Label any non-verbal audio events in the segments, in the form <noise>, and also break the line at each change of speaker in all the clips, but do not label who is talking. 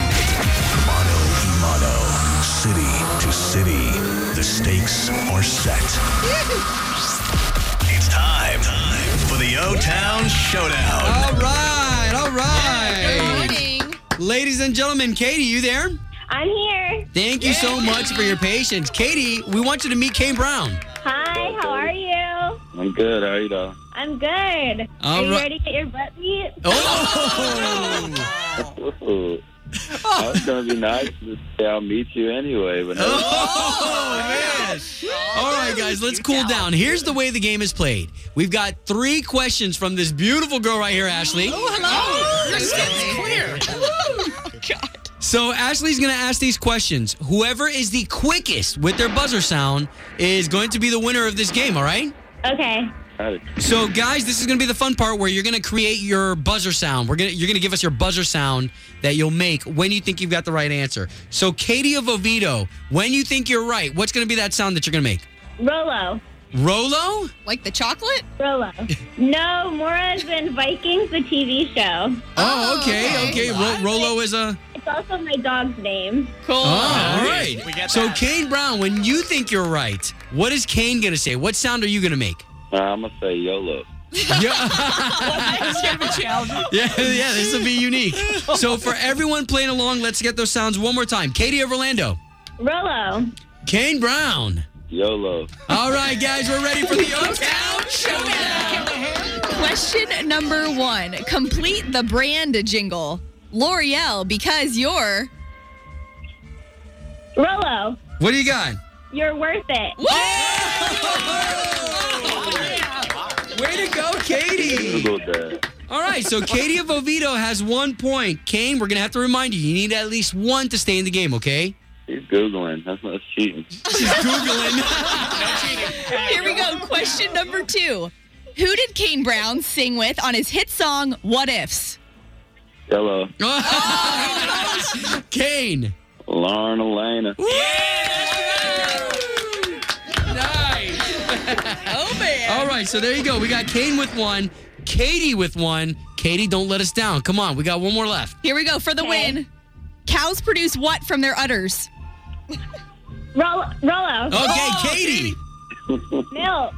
Motto to motto, city to city, the stakes are set. it's time, for the O Town Showdown.
All right, all right.
Morning.
Ladies and gentlemen, Katie, you there?
I'm here.
Thank you so much for your patience. Katie, we want you to meet Kane Brown.
Hi, how are you?
I'm good. How are you doing?
I'm good.
All
are you
right.
ready to get your butt beat?
<laughs>
Oh,
Ooh. I was gonna be nice to say I'll meet you anyway, but no.
oh man. All right, guys, let's cool down. Here's the way the game is played. We've got three questions from this beautiful girl right here, Ashley.
Hello. Your skin's <laughs> clear. Oh God.
So Ashley's gonna ask these questions. Whoever is the quickest with their buzzer sound is going to be the winner of this game, all right?
Okay.
Got it.
So, guys, this is going to be the fun part where you're going to create your buzzer sound. We're gonna you're going to give us your buzzer sound that you'll make when you think you've got the right answer. So, Katie of Oviedo, when you think you're right, what's going to be that sound that you're going to make?
Rolo.
Rolo? Oh,
Like the chocolate?
<laughs>
Rolo. no, Mora's in Vikings, the TV show.
Oh,
Oh,
okay, okay.
okay.
Ro- Rolo is a.
It's also my dog's name.
Cool.
Oh, all right.
We get
So,
that.
Kane Brown, when you think you're right, what is Kane going to say? What sound are you going to make?
Uh, I'm gonna say YOLO.
Yeah.
It's gonna be challenging.
yeah, yeah, this will be unique. So, for everyone playing along, let's get those sounds one more time. Katie of Orlando,
Rolo.
Kane Brown.
YOLO.
All right, guys, we're ready for the O Town Showdown.
Question number one. Complete the brand jingle. L'Oreal, because you're.
Rolo.
What do you got?
You're worth it.
Way to go, Katie.
Google that.
All right, so Katie of Oviedo has one point. Kane, we're going to have to remind you, you need at least one to stay in the game, okay?
He's googling. That's not cheating.
She's <laughs> Googling.
Here we go. Question number two. Who did Kane Brown sing with on his hit song, What Ifs?
YOLO.
Oh, <laughs> Kane.
Lauren Elena.
Nice.
Oh, man.
All right, so there you go. We got Kane with one, Katie with one. Katie, don't let us down. Come on, we got one more left.
Here we go for the win. Cows produce what from their udders?
Rolo. Rolo.
Okay, Oh, Katie.
Milk.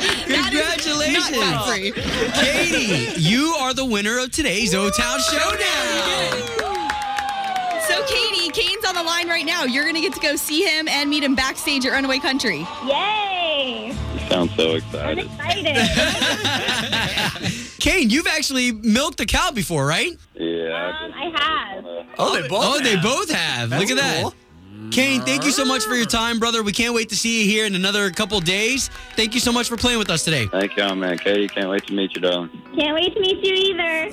Congratulations.
Not free.
Katie, you are the winner of today's O Town Showdown.
So, Katie, Kane's on the line right now. You're going to get to go see him and meet him backstage at Runaway Country.
Yay.
You sound so
I'm
excited.
excited.
Kane, you've actually milked a cow before, right?
Yeah.
um, I have.
Oh, they both.
oh, they
have.
both have.
That's
Look at
cool.
that. Kane, thank you so much for your time, brother. We can't wait to see you here in another couple days. Thank you so much for playing with us today.
Thank y'all, man. Katie, can't wait to meet you, darling.
Can't wait to meet you either.